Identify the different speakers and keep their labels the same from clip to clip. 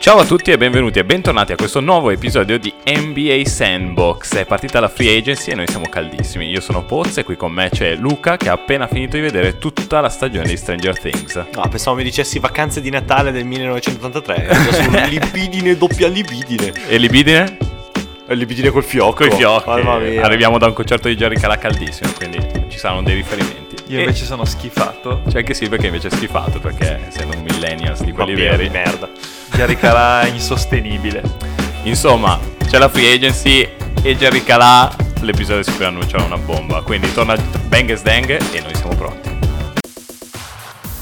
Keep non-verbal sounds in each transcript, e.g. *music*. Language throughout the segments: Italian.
Speaker 1: Ciao a tutti e benvenuti e bentornati a questo nuovo episodio di NBA Sandbox. È partita la free agency e noi siamo caldissimi. Io sono Poz e qui con me c'è Luca che ha appena finito di vedere tutta la stagione di Stranger Things.
Speaker 2: No, pensavo mi dicessi vacanze di Natale del 1983. Era *laughs* solo libidine, doppia libidine.
Speaker 1: E libidine?
Speaker 2: E Libidine col fiocco.
Speaker 1: Coi fiocchi.
Speaker 2: Oh, Mamma mia.
Speaker 1: Arriviamo da un concerto di Jerry Calà caldissimo, quindi ci saranno dei riferimenti.
Speaker 3: Io
Speaker 1: E
Speaker 3: invece sono schifato.
Speaker 1: c'è anche Silvia che invece è schifato perché essendo un millennials di quelli
Speaker 2: Vampiro di
Speaker 1: veri.
Speaker 2: merda.
Speaker 3: Jerry Calà è insostenibile.
Speaker 1: Insomma, c'è la free agency e Jerry Calà. L'episodio si preannuncia una bomba. Quindi torna Bang Sdang e noi siamo pronti.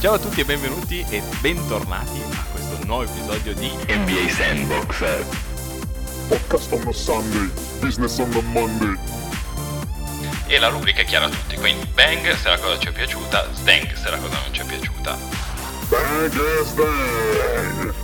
Speaker 1: Ciao a tutti e benvenuti e bentornati a questo nuovo episodio di NBA Sandbox.
Speaker 4: Podcast on a Sunday, business on a Monday.
Speaker 1: E la rubrica è chiara a tutti, quindi Bang se la cosa ci è piaciuta, Sdang se la cosa non ci è piaciuta.
Speaker 4: Bang is bang!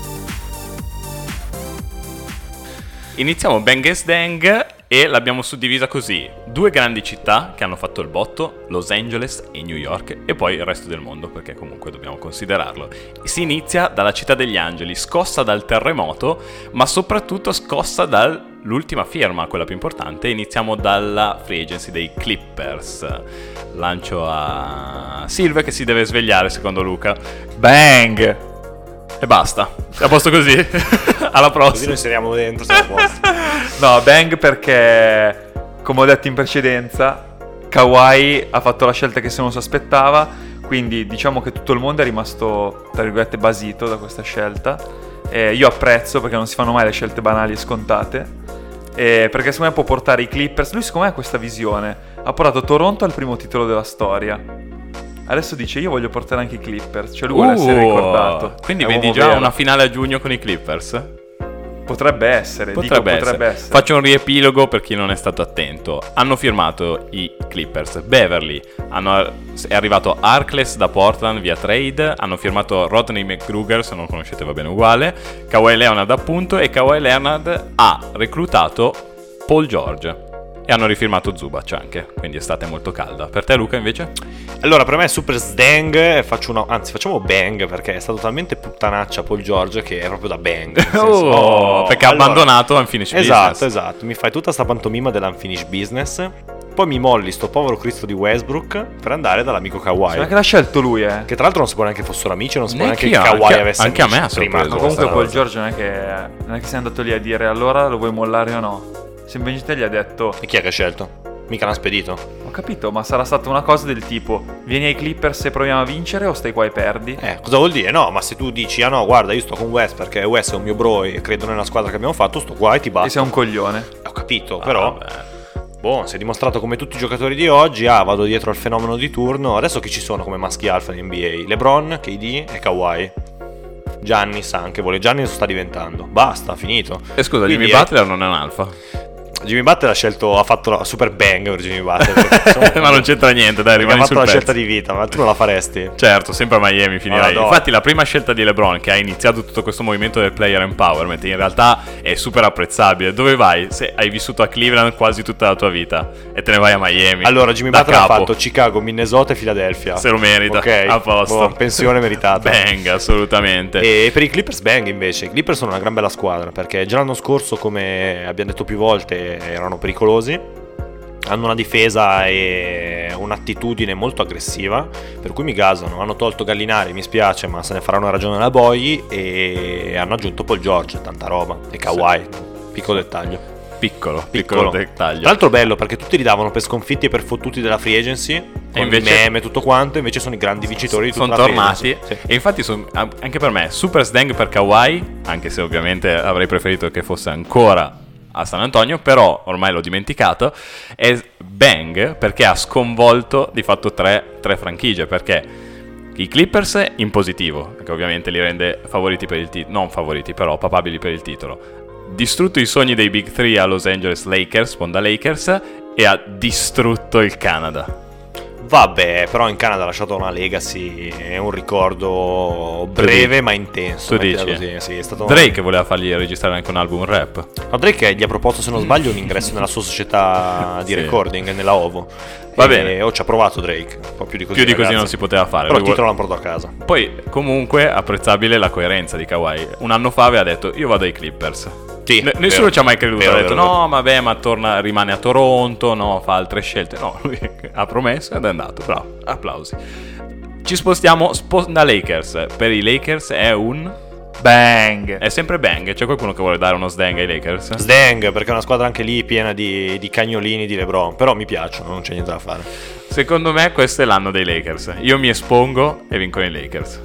Speaker 1: Iniziamo Bang Dang e l'abbiamo suddivisa così. Due grandi città che hanno fatto il botto, Los Angeles e New York, e poi il resto del mondo perché comunque dobbiamo considerarlo. Si inizia dalla città degli angeli, scossa dal terremoto, ma soprattutto scossa dall'ultima firma, quella più importante. Iniziamo dalla free agency dei Clippers. Lancio a Silve che si deve svegliare secondo Luca.
Speaker 3: Bang!
Speaker 1: E basta. A posto così. *laughs* Alla
Speaker 2: Così lo
Speaker 1: prossima.
Speaker 2: inseriamo dentro, siamo a posto.
Speaker 1: *laughs*
Speaker 3: No, bang perché, come ho detto in precedenza, Kawhi ha fatto la scelta che se non si aspettava, quindi diciamo che tutto il mondo è rimasto, tra virgolette, basito da questa scelta. Eh, io apprezzo perché non si fanno mai le scelte banali e scontate. Eh, perché secondo me può portare i Clippers. Lui secondo me ha questa visione. Ha portato Toronto al primo titolo della storia. Adesso dice io voglio portare anche i Clippers. Cioè lui vuole essere
Speaker 1: Uh,
Speaker 3: ricordato.
Speaker 1: Quindi
Speaker 3: È
Speaker 1: vedi
Speaker 3: uomo
Speaker 1: già
Speaker 3: vero.
Speaker 1: una finale a giugno con i Clippers?
Speaker 3: Potrebbe essere. dico,
Speaker 1: Potrebbe,
Speaker 3: potrebbe
Speaker 1: essere.
Speaker 3: essere.
Speaker 1: Faccio un riepilogo per chi non è stato attento. Hanno firmato i Clippers. Beverly hanno- è arrivato Arcles da Portland via trade. Hanno firmato Rodney McGruger, se non conoscete va bene uguale. Kawhi Leonard appunto. E Kawhi Leonard ha reclutato Paul George. E hanno rifirmato Zubac anche. Quindi estate molto calda. Per te Luca invece?
Speaker 2: Allora, per me è super sdang. e Faccio una, anzi, facciamo bang perché è stato talmente puttanaccia Paul George che è proprio da bang. nel senso, oh,
Speaker 1: perché
Speaker 2: allora-
Speaker 1: ha abbandonato Unfinished
Speaker 2: esatto,
Speaker 1: Business.
Speaker 2: Esatto, Mi fai tutta sta pantomima dell'unfinished business. Poi mi molli sto povero Cristo di Westbrook per andare dall'amico
Speaker 3: Sì, ma
Speaker 2: Kawhi.
Speaker 3: che Cioè, l'ha scelto lui, eh.
Speaker 2: Che tra l'altro non si può neanche fossero amici, non si può neanche
Speaker 1: Neanche
Speaker 2: che
Speaker 1: io,
Speaker 2: Kawhi
Speaker 1: anche-
Speaker 2: avesse
Speaker 1: anche a me
Speaker 2: amici
Speaker 1: ha
Speaker 2: prima.
Speaker 1: sorpreso
Speaker 3: Ma
Speaker 1: questa
Speaker 3: comunque Paul
Speaker 2: Giorgio
Speaker 3: Giorgio non è che. Non è che sei andato lì a dire allora lo vuoi mollare o no. Semplicemente gli ha detto.
Speaker 2: E chi è che ha scelto? Mica l'hanno spedito.
Speaker 3: Ho capito, ma sarà stata una cosa del tipo: vieni ai Clippers e proviamo a vincere o stai qua e perdi?
Speaker 2: Eh, cosa vuol dire? No, ma se tu dici, ah no, guarda, io sto con West perché West è un mio bro e credo nella squadra che abbiamo fatto, sto qua e ti
Speaker 3: E
Speaker 2: batto.
Speaker 3: sei un coglione.
Speaker 2: Ho capito,
Speaker 1: Ah,
Speaker 2: però...
Speaker 1: vabbè.
Speaker 2: Boh, si è dimostrato come tutti i giocatori di oggi, ah, vado dietro al fenomeno di turno, adesso chi ci sono come maschi alfa in NBA? LeBron, KD e Kawhi. Gianni sa anche vuole, Gianni lo sta diventando. Basta, finito.
Speaker 1: E
Speaker 3: eh,
Speaker 1: scusa,
Speaker 2: Quindi
Speaker 1: Jimmy
Speaker 2: è-
Speaker 1: Butler non è un alfa.
Speaker 2: Jimmy Butler ha scelto, ha fatto la super bang per Jimmy Butler. perché,
Speaker 1: *laughs*
Speaker 2: insomma,
Speaker 1: ma non c'entra niente, dai,
Speaker 2: perché Ha
Speaker 1: rimani
Speaker 2: fatto
Speaker 1: sul
Speaker 2: la
Speaker 1: pezzo.
Speaker 2: scelta di vita, ma tu non la faresti.
Speaker 1: Certo, sempre a Miami finirai.
Speaker 2: Madonna.
Speaker 1: Infatti la prima scelta di LeBron che ha iniziato tutto questo movimento del player empowerment in realtà è super apprezzabile. Dove vai se hai vissuto a Cleveland quasi tutta la tua vita e te ne vai a Miami?
Speaker 2: Allora, Jimmy
Speaker 1: Da
Speaker 2: Butler ha
Speaker 1: capo.
Speaker 2: fatto Chicago, Minnesota e Philadelphia.
Speaker 1: Se lo merita,
Speaker 2: Ok,
Speaker 1: a posto.
Speaker 2: boh,
Speaker 1: *laughs*
Speaker 2: pensione meritata.
Speaker 1: Bang, assolutamente.
Speaker 2: E per i Clippers Bang invece, i Clippers sono una gran bella squadra perché già l'anno scorso, come abbiamo detto più volte, erano pericolosi. Hanno una difesa e un'attitudine molto aggressiva, per cui mi gasano. Hanno tolto Gallinari, mi spiace, ma se ne faranno ragione la Boy e hanno aggiunto Paul George, tanta roba, e Kawhi. Piccolo dettaglio.
Speaker 1: Piccolo, piccolo,
Speaker 2: Piccolo. Tra
Speaker 1: dettaglio.
Speaker 2: l'altro bello perché tutti li davano per sconfitti e per fottuti della free agency, con
Speaker 1: invece-
Speaker 2: i meme e tutto quanto, invece sono i grandi vincitori di tutta
Speaker 1: sono
Speaker 2: la free
Speaker 1: tornati
Speaker 2: agency. Sì.
Speaker 1: e infatti son- a- anche per me super sdang per Kawhi anche se ovviamente avrei preferito che fosse ancora a San Antonio però ormai l'ho dimenticato e bang perché ha sconvolto di fatto tre, tre franchigie perché i Clippers in positivo che ovviamente li rende favoriti per il titolo non favoriti però papabili per il titolo distrutto i sogni dei Big Three a Los Angeles Lakers Ponda Lakers e ha distrutto il Canada
Speaker 2: Vabbè, però in Canada ha lasciato una legacy, è un ricordo breve ma intenso.
Speaker 1: Tu dici?
Speaker 2: mettila così, sì, è stato
Speaker 1: Drake voleva fargli registrare anche un album rap.
Speaker 2: Ma Drake gli ha proposto, se non sbaglio, un ingresso nella sua
Speaker 1: *laughs*
Speaker 2: società
Speaker 1: Sì.
Speaker 2: di recording, nella OVO.
Speaker 1: Va
Speaker 2: E-
Speaker 1: bene.
Speaker 2: Oh, ci ha provato Drake. Un po' più di così.
Speaker 1: Più di così
Speaker 2: ragazzi.
Speaker 1: non si poteva fare.
Speaker 2: Però il
Speaker 1: Lui vuol-
Speaker 2: titolo l'hanno portato a casa.
Speaker 1: Poi, comunque, apprezzabile la coerenza di Kawhi. Un anno fa aveva detto: Io vado ai Clippers.
Speaker 2: Sì,
Speaker 1: Ne- nessuno
Speaker 2: vero.
Speaker 1: ci ha mai creduto.
Speaker 2: Vero,
Speaker 1: ha detto:
Speaker 2: vero, vero.
Speaker 1: No, vabbè, ma torna, rimane a Toronto. No, fa altre scelte. No, lui *laughs* ha promesso ed è andato. Bravo, applausi. Ci spostiamo spo- da Lakers. Per i Lakers è un.
Speaker 3: Bang!
Speaker 1: È sempre bang. C'è qualcuno che vuole dare uno sdang ai Lakers?
Speaker 2: Sdang, perché è una squadra anche lì piena di, di cagnolini di Lebron. Però mi piacciono, non c'è niente da fare.
Speaker 1: Secondo me questo è l'anno dei Lakers. Io mi espongo e vincono i Lakers.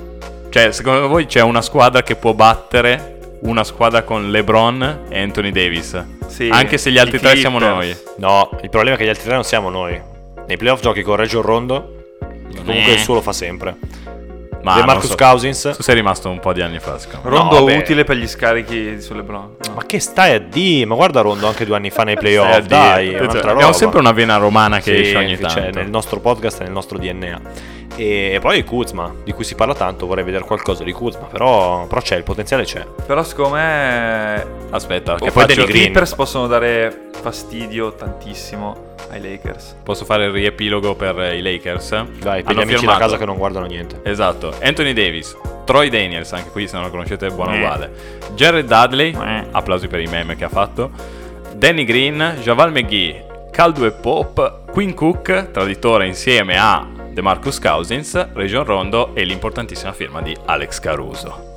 Speaker 1: Cioè, secondo voi c'è una squadra che può battere una squadra con LeBron e Anthony Davis?
Speaker 3: Sì,
Speaker 1: Anche se gli
Speaker 3: i
Speaker 1: altri tre
Speaker 3: Clippers.
Speaker 1: siamo noi.
Speaker 2: No, il problema è che gli altri tre non siamo noi. Nei playoff giochi con Reggio Rondo. che
Speaker 1: Eh.
Speaker 2: Comunque il suo lo fa sempre.
Speaker 1: Ma
Speaker 2: De
Speaker 1: non
Speaker 2: Marcus
Speaker 1: so.
Speaker 2: Cousins.
Speaker 1: Tu sei rimasto un po' di anni fa, secondo me.
Speaker 3: Rondo
Speaker 2: No, vabbè.
Speaker 3: utile per gli scarichi sulle LeBron. No.
Speaker 2: Ma che stai a D? Ma guarda Rondo anche due anni fa nei playoff.
Speaker 1: Stai a
Speaker 2: dai,
Speaker 1: dire.
Speaker 2: è
Speaker 1: Cioè,
Speaker 2: un'altra
Speaker 1: abbiamo
Speaker 2: roba.
Speaker 1: sempre una vena romana che
Speaker 2: Sì,
Speaker 1: esce ogni
Speaker 2: cioè,
Speaker 1: tanto.
Speaker 2: nel nostro podcast, e nel nostro DNA. E poi Kuzma, di cui si parla tanto, vorrei vedere qualcosa di Kuzma, però, però c'è, il potenziale c'è.
Speaker 3: Però secondo me
Speaker 1: Aspetta,
Speaker 3: Che
Speaker 1: che
Speaker 2: poi
Speaker 1: faccio-
Speaker 3: i
Speaker 2: Danny Green.
Speaker 3: Clippers possono dare fastidio tantissimo ai Lakers.
Speaker 1: posso fare il riepilogo per eh, i Lakers?
Speaker 2: Dai, per
Speaker 1: Hanno
Speaker 2: gli amici da
Speaker 1: firmato-
Speaker 2: casa che non guardano niente.
Speaker 1: Esatto, Anthony Davis, Troy Daniels, anche qui se non lo conoscete è buono
Speaker 3: Eh.
Speaker 1: uguale. Jared Dudley,
Speaker 3: Eh.
Speaker 1: applausi per i meme che ha fatto. Danny Green, Javal McGee, Caldwell Pop, Quinn Cook, traditore insieme a DeMarcus Cousins, Region Rondo e l'importantissima firma di Alex Caruso.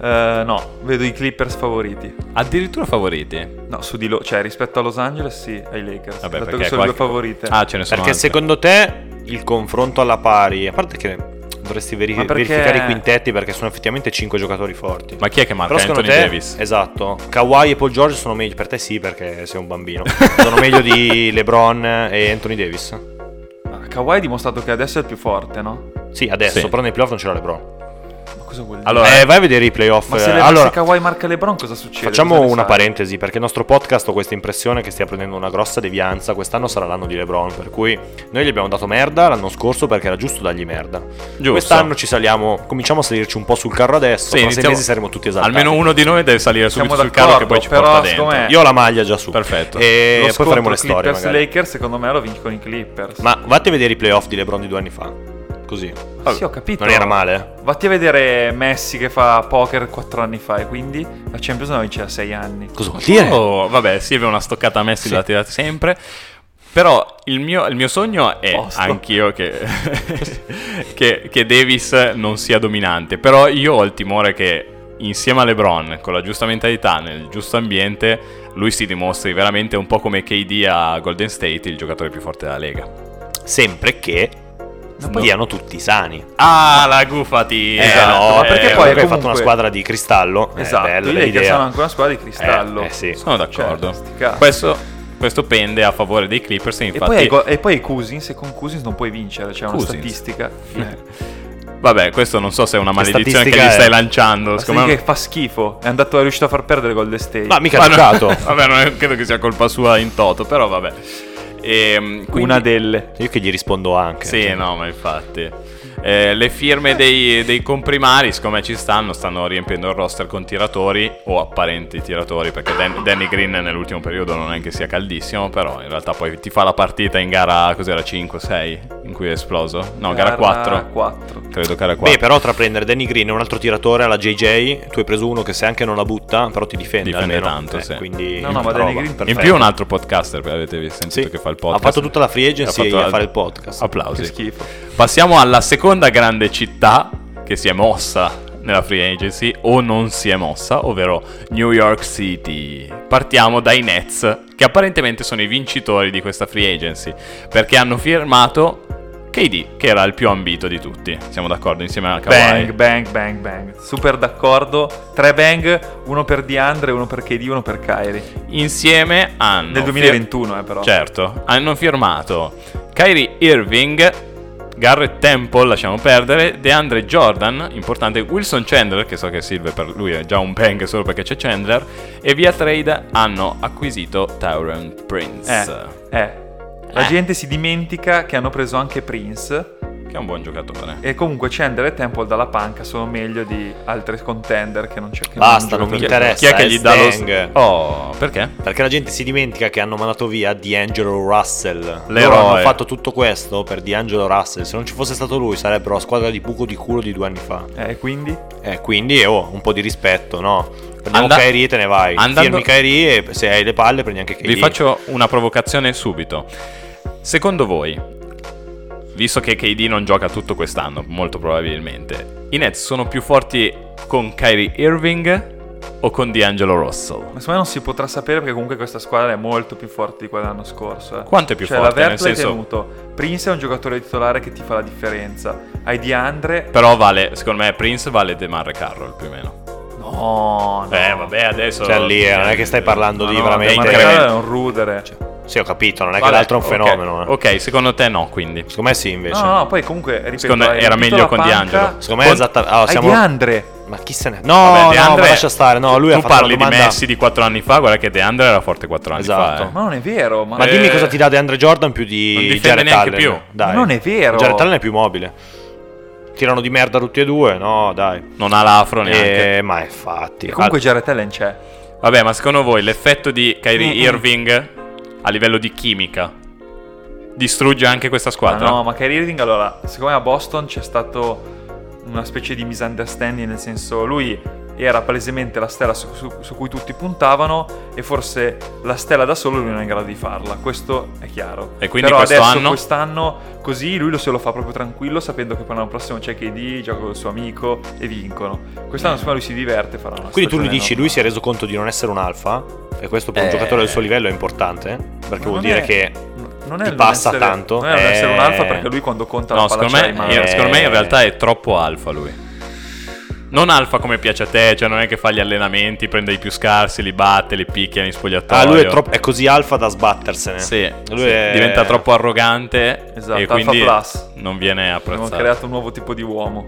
Speaker 3: Eh, no, vedo i Clippers favoriti.
Speaker 1: Addirittura favoriti.
Speaker 3: No, su di loro, cioè rispetto a Los Angeles sì, ai Lakers.
Speaker 1: Vabbè,
Speaker 3: dato
Speaker 1: perché
Speaker 3: che sono le
Speaker 1: qualche-
Speaker 3: due favorite.
Speaker 1: Ah, ce ne sono
Speaker 2: Perché
Speaker 1: altre.
Speaker 2: secondo te il confronto alla pari, a parte che dovresti veri-
Speaker 3: Ma perché-
Speaker 2: verificare i quintetti perché sono effettivamente 5 giocatori forti.
Speaker 1: Ma chi è che marca
Speaker 2: Però secondo
Speaker 1: Anthony
Speaker 2: te,
Speaker 1: Davis?
Speaker 2: esatto, Kawhi e Paul George sono meglio per te sì perché sei un bambino. sono
Speaker 1: *laughs*
Speaker 2: meglio di LeBron e Anthony Davis.
Speaker 3: Ah, Kawhi ha dimostrato che adesso è il più forte, no?
Speaker 2: Sì, adesso,
Speaker 1: Sì.
Speaker 2: però nei playoff non c'era LeBron.
Speaker 3: Ma cosa vuol dire?
Speaker 1: Allora,
Speaker 2: eh, vai a vedere i playoff.
Speaker 3: Ma
Speaker 2: eh,
Speaker 3: se, le-
Speaker 2: allora,
Speaker 3: se Kawhi marca LeBron cosa succede?
Speaker 2: Facciamo
Speaker 3: Cosa ne
Speaker 2: una
Speaker 3: sai?
Speaker 2: parentesi perché il nostro podcast ho questa impressione che stia prendendo una grossa devianza, quest'anno sarà l'anno di Lebron, per cui noi gli abbiamo dato merda l'anno scorso perché era giusto dargli merda.
Speaker 1: giusto.
Speaker 2: eh, Quest'anno ci saliamo, cominciamo a salirci un po' sul carro adesso,
Speaker 1: Sì,
Speaker 2: tra sei
Speaker 1: iniziamo-
Speaker 2: mesi saremo tutti esaltati.
Speaker 1: Almeno uno di noi deve salire
Speaker 3: Siamo
Speaker 1: subito sul carro che poi ci
Speaker 3: d'accordo,
Speaker 1: porta
Speaker 3: però,
Speaker 1: dentro.
Speaker 3: secondo me-
Speaker 2: Io ho la maglia già su.
Speaker 1: Perfetto.
Speaker 2: E
Speaker 3: Lo
Speaker 2: poi
Speaker 3: scontro
Speaker 2: faremo le storie
Speaker 3: Clippers
Speaker 2: magari.
Speaker 3: Lakers secondo me lo vinci con i Clippers.
Speaker 2: Ma vatti a vedere i playoff di Lebron di due anni fa. Così.
Speaker 3: sì, ho capito.
Speaker 2: oh, Non era male. eh?
Speaker 3: Vatti a vedere Messi che fa poker 4 anni fa e quindi la Champions la vince da 6 anni.
Speaker 2: Cosa vuol dire?
Speaker 1: Oh, vabbè, sì, aveva una stoccata a Messi,
Speaker 2: Sì.
Speaker 1: la tirate sempre. Però il mio, il mio sogno è
Speaker 3: Posto.
Speaker 1: anch'io
Speaker 3: *laughs*
Speaker 1: che, che, che Davis non sia dominante. Però io ho il timore che insieme a LeBron, con la giusta mentalità, nel giusto ambiente, lui si dimostri veramente un po' come KD a Golden State, il giocatore più forte della Lega.
Speaker 2: Sempre che siano tutti sani.
Speaker 1: Ah, la gufati!
Speaker 2: Eh,
Speaker 3: Esatto,
Speaker 2: no,
Speaker 3: ma
Speaker 2: perché poi
Speaker 3: perché poi
Speaker 2: hai fatto
Speaker 3: comunque-
Speaker 2: una squadra di cristallo.
Speaker 3: Esatto,
Speaker 2: eh, bella,
Speaker 3: i
Speaker 2: bella
Speaker 3: Lakers
Speaker 2: idea.
Speaker 3: sono ancora una squadra di cristallo.
Speaker 2: Eh, eh sì.
Speaker 1: Sono d'accordo.
Speaker 3: Cioè, sti cazzi.
Speaker 1: questo, questo pende a favore dei Clippers,
Speaker 3: E
Speaker 1: infatti...
Speaker 3: poi, hai go- e poi hai Cousins e con Cousins non puoi vincere, c'è una
Speaker 1: Cousins.
Speaker 3: statistica.
Speaker 2: *laughs*
Speaker 1: Eh. Vabbè, questo non so se è una
Speaker 2: La
Speaker 1: maledizione che
Speaker 2: statistica
Speaker 1: gli
Speaker 2: è-
Speaker 1: stai lanciando.
Speaker 3: La
Speaker 1: secondo me-
Speaker 3: statistica che fa schifo, è andato è riuscito a far perdere gol de State.
Speaker 2: Ma mica
Speaker 1: Ma
Speaker 2: ha
Speaker 1: no-
Speaker 2: giocato.
Speaker 1: *laughs*
Speaker 2: *laughs*
Speaker 1: vabbè, non è- credo che sia colpa sua in toto, però vabbè. Ehm, quindi-
Speaker 3: Una delle.
Speaker 2: Io che gli rispondo anche. cioè,
Speaker 1: Sì, no, ma infatti. Eh, le firme dei, dei comprimari, siccome ci stanno, stanno riempiendo il roster con tiratori o apparenti tiratori, perché Dan- Danny Green nell'ultimo periodo non è che sia caldissimo, però in realtà poi ti fa la partita in gara, cos'era, 5-6, in cui è esploso? No, gara, 4.
Speaker 3: 4.
Speaker 1: Credo gara 4.
Speaker 2: Beh, però tra prendere Danny Green e un altro tiratore alla JJ, tu hai preso uno che se anche non la butta, però ti difende.
Speaker 1: Difende
Speaker 2: almeno.
Speaker 1: tanto,
Speaker 2: Eh,
Speaker 1: sì.
Speaker 2: Quindi
Speaker 3: No, no, ma
Speaker 2: roba,
Speaker 3: Danny Green-
Speaker 1: In
Speaker 2: perfetto.
Speaker 1: più un altro podcaster, avete sentito
Speaker 2: Sì.
Speaker 1: che fa il podcast.
Speaker 2: Ha fatto tutta la free
Speaker 1: Ha
Speaker 2: agency
Speaker 1: fatto
Speaker 2: e
Speaker 1: la-
Speaker 2: a fare il podcast.
Speaker 3: Che
Speaker 1: Applausi.
Speaker 3: schifo.
Speaker 1: Passiamo alla seconda grande città che si è mossa nella free agency o non si è mossa, ovvero New York City. Partiamo dai Nets, che apparentemente sono i vincitori di questa free agency, perché hanno firmato KD, che era il più ambito di tutti. Siamo d'accordo insieme a Kawhi.
Speaker 3: Bang, bang, bang, bang. Super d'accordo. Tre bang, uno per DeAndre, uno per KD, uno per Kyrie.
Speaker 1: Insieme hanno
Speaker 3: Nel
Speaker 1: fir-
Speaker 3: 2021, eh, però.
Speaker 1: Certo, hanno firmato Kyrie Irving, Garrett Temple, lasciamo perdere, DeAndre Jordan, importante, Wilson Chandler, che so che Silve per lui è già un bang solo perché c'è Chandler, e via trade hanno acquisito Tyrant Prince.
Speaker 3: Eh, eh. La
Speaker 1: Eh.
Speaker 3: gente si dimentica che hanno preso anche Prince
Speaker 1: Che è un buon giocatore.
Speaker 3: e comunque Chandler e Temple dalla panca sono meglio di altre contender che non c'è. che
Speaker 2: Basta, non mi
Speaker 1: Chi è-
Speaker 3: giocano.
Speaker 1: Chi
Speaker 2: interessa.
Speaker 1: è che
Speaker 2: eh,
Speaker 1: gli dà lo
Speaker 2: Stang.
Speaker 1: Oh, perché?
Speaker 2: Perché la gente si dimentica che hanno mandato via D'Angelo Russell. Loro
Speaker 1: L'eroe.
Speaker 2: hanno fatto tutto questo per D'Angelo Russell. Se non ci fosse stato lui, sarebbero la squadra di buco di culo di due anni fa.
Speaker 3: Eh, quindi?
Speaker 2: Eh, quindi, oh, un po' di rispetto, no? Prendiamo
Speaker 1: Anda-
Speaker 2: Kyrie e te ne vai.
Speaker 1: andando-
Speaker 2: Firmi Kyrie e se hai le palle prendi anche Kyrie.
Speaker 1: Vi faccio una provocazione subito. Secondo voi, visto che KD non gioca tutto quest'anno, molto probabilmente, i Nets sono più forti con Kyrie Irving o con D'Angelo Russell?
Speaker 3: Ma secondo me non si potrà sapere perché comunque questa squadra è molto più forte di quella dell'anno scorso. eh.
Speaker 1: Quanto è più
Speaker 3: cioè,
Speaker 1: forte?
Speaker 3: la
Speaker 1: Nel
Speaker 3: Vertu è
Speaker 1: senso-
Speaker 3: tenuto. Prince è un giocatore titolare che ti fa la differenza. Hai Diandre.
Speaker 1: Però vale, secondo me Prince vale DeMarre Carroll più o meno.
Speaker 3: No, no.
Speaker 1: Eh vabbè, adesso...
Speaker 2: Cioè, lì, eh, non è che stai parlando
Speaker 1: No,
Speaker 2: di
Speaker 1: no,
Speaker 2: veramente-
Speaker 1: DeMarre
Speaker 3: Ma
Speaker 2: veramente-
Speaker 1: Carroll
Speaker 3: è un rudere.
Speaker 2: Sì, ho capito, non è
Speaker 1: Vabbè,
Speaker 2: che l'altro è un
Speaker 1: ok.
Speaker 2: fenomeno. eh.
Speaker 1: ok, secondo te no, quindi.
Speaker 2: Secondo me sì, invece.
Speaker 3: No, no, poi comunque ripeto,
Speaker 1: Secondo me
Speaker 3: hai
Speaker 1: era
Speaker 3: riempito
Speaker 1: meglio
Speaker 3: la
Speaker 1: con
Speaker 3: panca,
Speaker 1: D'Angelo.
Speaker 2: Secondo me è esattamente. ah,
Speaker 3: Hai
Speaker 2: siamo-
Speaker 3: Diandre.
Speaker 2: Ma chi se ne. No,
Speaker 1: Vabbè,
Speaker 2: no,
Speaker 1: DeAndre-
Speaker 2: ma lascia stare. No, lui
Speaker 1: tu
Speaker 2: ha fatto
Speaker 1: parli
Speaker 2: una domanda...
Speaker 1: di Messi di 4 anni fa, guarda che DeAndre era forte 4 anni fa.
Speaker 2: Esatto.
Speaker 1: eh.
Speaker 3: Ma non è vero, ma,
Speaker 2: Ma
Speaker 1: Eh,
Speaker 2: dimmi cosa ti dà DeAndre Jordan più
Speaker 1: non
Speaker 2: di
Speaker 1: difende
Speaker 2: Jared
Speaker 1: neanche
Speaker 2: Allen.
Speaker 1: più.
Speaker 2: Dai.
Speaker 3: Ma non è vero.
Speaker 2: Jared Allen è più mobile. Tirano di merda tutti e due, no, dai.
Speaker 1: Non ha l'afro neanche.
Speaker 2: Eh, ma Ah, infatti.
Speaker 3: E comunque Jared Allen c'è.
Speaker 1: Vabbè, ma secondo voi l'effetto di Kyrie
Speaker 3: Mm-mm.
Speaker 1: Irving a livello di chimica distrugge anche questa
Speaker 3: Ma
Speaker 1: squadra?
Speaker 3: no, ma Kyrie Irving, allora, secondo me a Boston c'è stato una specie di misunderstanding, nel senso lui era palesemente la stella su, su- su cui tutti puntavano e forse la stella da solo lui non è in grado di farla, questo è chiaro.
Speaker 1: E quindi
Speaker 3: Però
Speaker 1: questo
Speaker 3: adesso,
Speaker 1: anno?
Speaker 3: quest'anno così lui lo se lo fa proprio tranquillo sapendo che poi l'anno prossimo c'è KD, gioca con il suo amico e vincono. Quest'anno secondo me lui si diverte e farà una
Speaker 2: Mm. Quindi tu
Speaker 3: stagione
Speaker 2: gli dici,
Speaker 3: normale.
Speaker 2: lui si è reso conto di non essere un alfa? E questo per un
Speaker 3: Eh.
Speaker 2: giocatore del suo livello è importante? Perché
Speaker 3: Ma
Speaker 2: vuol
Speaker 3: non
Speaker 2: dire
Speaker 3: è-
Speaker 2: che.
Speaker 3: non è
Speaker 2: ti
Speaker 3: il non
Speaker 2: passa
Speaker 3: essere-
Speaker 2: tanto.
Speaker 3: Non è non essere un
Speaker 2: Eh.
Speaker 3: alfa perché lui quando conta la
Speaker 1: No,
Speaker 3: palla
Speaker 1: secondo,
Speaker 3: ce l'ha
Speaker 1: me,
Speaker 3: in mano.
Speaker 1: io-
Speaker 2: Eh.
Speaker 1: secondo me in realtà è troppo alfa lui. Non alfa come piace a te, cioè non è che fa gli allenamenti, prende i più scarsi, li batte, li picchia in spogliatoio.
Speaker 2: Ah, lui è, troppo- è così alfa da sbattersene.
Speaker 1: Sì,
Speaker 2: Lui
Speaker 1: sì,
Speaker 2: è-
Speaker 1: diventa troppo arrogante
Speaker 3: Esatto,
Speaker 1: e
Speaker 3: alfa
Speaker 1: quindi
Speaker 3: plus.
Speaker 1: non viene
Speaker 3: Abbiamo
Speaker 1: apprezzato.
Speaker 3: creato un nuovo tipo di uomo.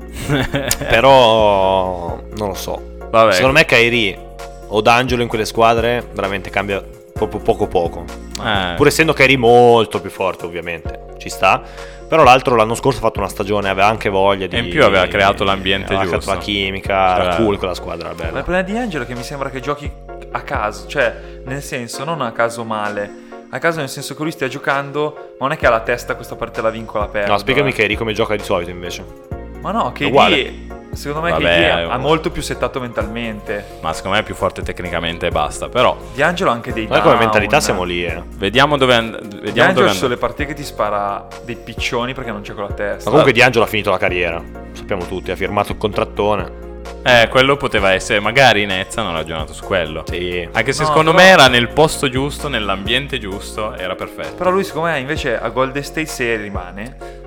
Speaker 2: Però. Non lo so.
Speaker 1: *laughs* Vabbè,
Speaker 2: Secondo me Kairi o D'Angelo in quelle squadre veramente cambia proprio poco poco.
Speaker 1: eh,
Speaker 2: Pur essendo Kairi molto più forte, ovviamente, ci sta. Però l'altro l'anno scorso ha fatto una stagione, aveva anche voglia di...
Speaker 1: E in più aveva creato l'ambiente
Speaker 2: aveva
Speaker 1: giusto.
Speaker 2: creato la chimica, era
Speaker 1: Cioè-
Speaker 2: cool quella squadra, era
Speaker 3: Ma il
Speaker 2: bella.
Speaker 3: problema di Angelo è che mi sembra che giochi a caso, cioè nel senso non a caso male, a caso nel senso che lui stia giocando, ma non è che ha la testa questa parte la vincola aperta.
Speaker 2: No, spiegami
Speaker 3: eh.
Speaker 2: Kairi come gioca di solito invece.
Speaker 3: Ma no, KD
Speaker 2: uguale.
Speaker 3: secondo me
Speaker 1: Vabbè,
Speaker 3: KD ha-
Speaker 1: eh,
Speaker 3: ha molto più settato mentalmente.
Speaker 1: ma secondo me è più forte tecnicamente e basta. Però
Speaker 3: Di Angelo ha anche dei
Speaker 2: Noi
Speaker 3: down.
Speaker 2: come mentalità siamo lì, eh.
Speaker 1: vediamo dove, and-
Speaker 3: Di
Speaker 1: vediamo
Speaker 3: Angelo
Speaker 1: dove
Speaker 3: ci sono
Speaker 1: and-
Speaker 3: le partite che ti spara dei piccioni perché non c'è con la testa.
Speaker 2: Ma comunque D'Angelo ha finito la carriera, lo sappiamo tutti, ha firmato il contrattone.
Speaker 1: Eh, quello poteva essere, magari Nets hanno ragionato su quello.
Speaker 2: Sì.
Speaker 1: Anche se
Speaker 3: No,
Speaker 1: secondo
Speaker 3: però-
Speaker 1: me era nel posto giusto, nell'ambiente giusto, era perfetto.
Speaker 3: Però lui secondo me invece a Golden State se rimane.